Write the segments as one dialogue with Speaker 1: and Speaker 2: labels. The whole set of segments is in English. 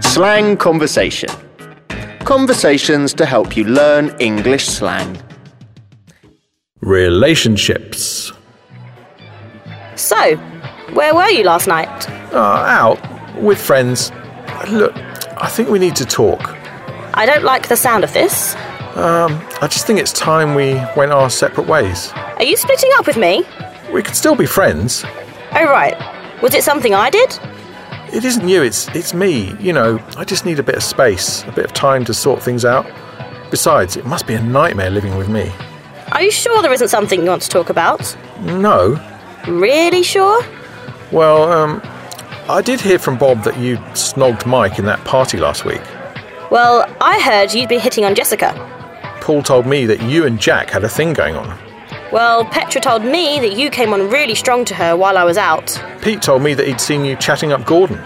Speaker 1: Slang Conversation. Conversations to help you learn English slang.
Speaker 2: Relationships.
Speaker 3: So, where were you last night?
Speaker 2: Uh, out with friends. Look, I think we need to talk.
Speaker 3: I don't like the sound of this.
Speaker 2: I just think it's time we went our separate ways.
Speaker 3: Are you splitting up with me?
Speaker 2: We can still be friends.
Speaker 3: Oh, right. Was it something I did?
Speaker 2: It isn't you, it's it's me. You know, I just need a bit of space, a bit of time to sort things out. Besides, it must be a nightmare living with me.
Speaker 3: Are you sure there isn't something you want to talk about?
Speaker 2: No.
Speaker 3: Really sure?
Speaker 2: Well, um I did hear from Bob that you snogged Mike in that party last week.
Speaker 3: Well, I heard you'd been hitting on Jessica.
Speaker 2: Paul told me that you and Jack had a thing going on.
Speaker 3: Well, Petra told me that you came on really strong to her while I was out.
Speaker 2: Pete told me that he'd seen you chatting up Gordon.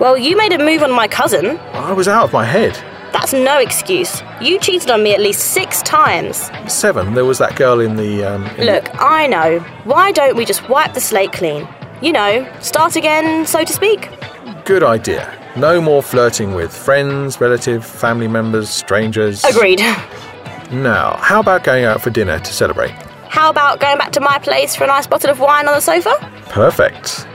Speaker 3: Well, you made a move on my cousin.
Speaker 2: I was out of my head.
Speaker 3: That's no excuse. You cheated on me at least six times.
Speaker 2: Seven, there was that girl in the. Um, in the-
Speaker 3: Look, I know. Why don't we just wipe the slate clean? You know, start again, so to speak.
Speaker 2: good idea. No more flirting with friends, relative, family members, strangers.
Speaker 3: Agreed.
Speaker 2: Now, how about going out for dinner to celebrate?
Speaker 3: How about going back to my place for a nice bottle of wine on the sofa?
Speaker 2: Perfect.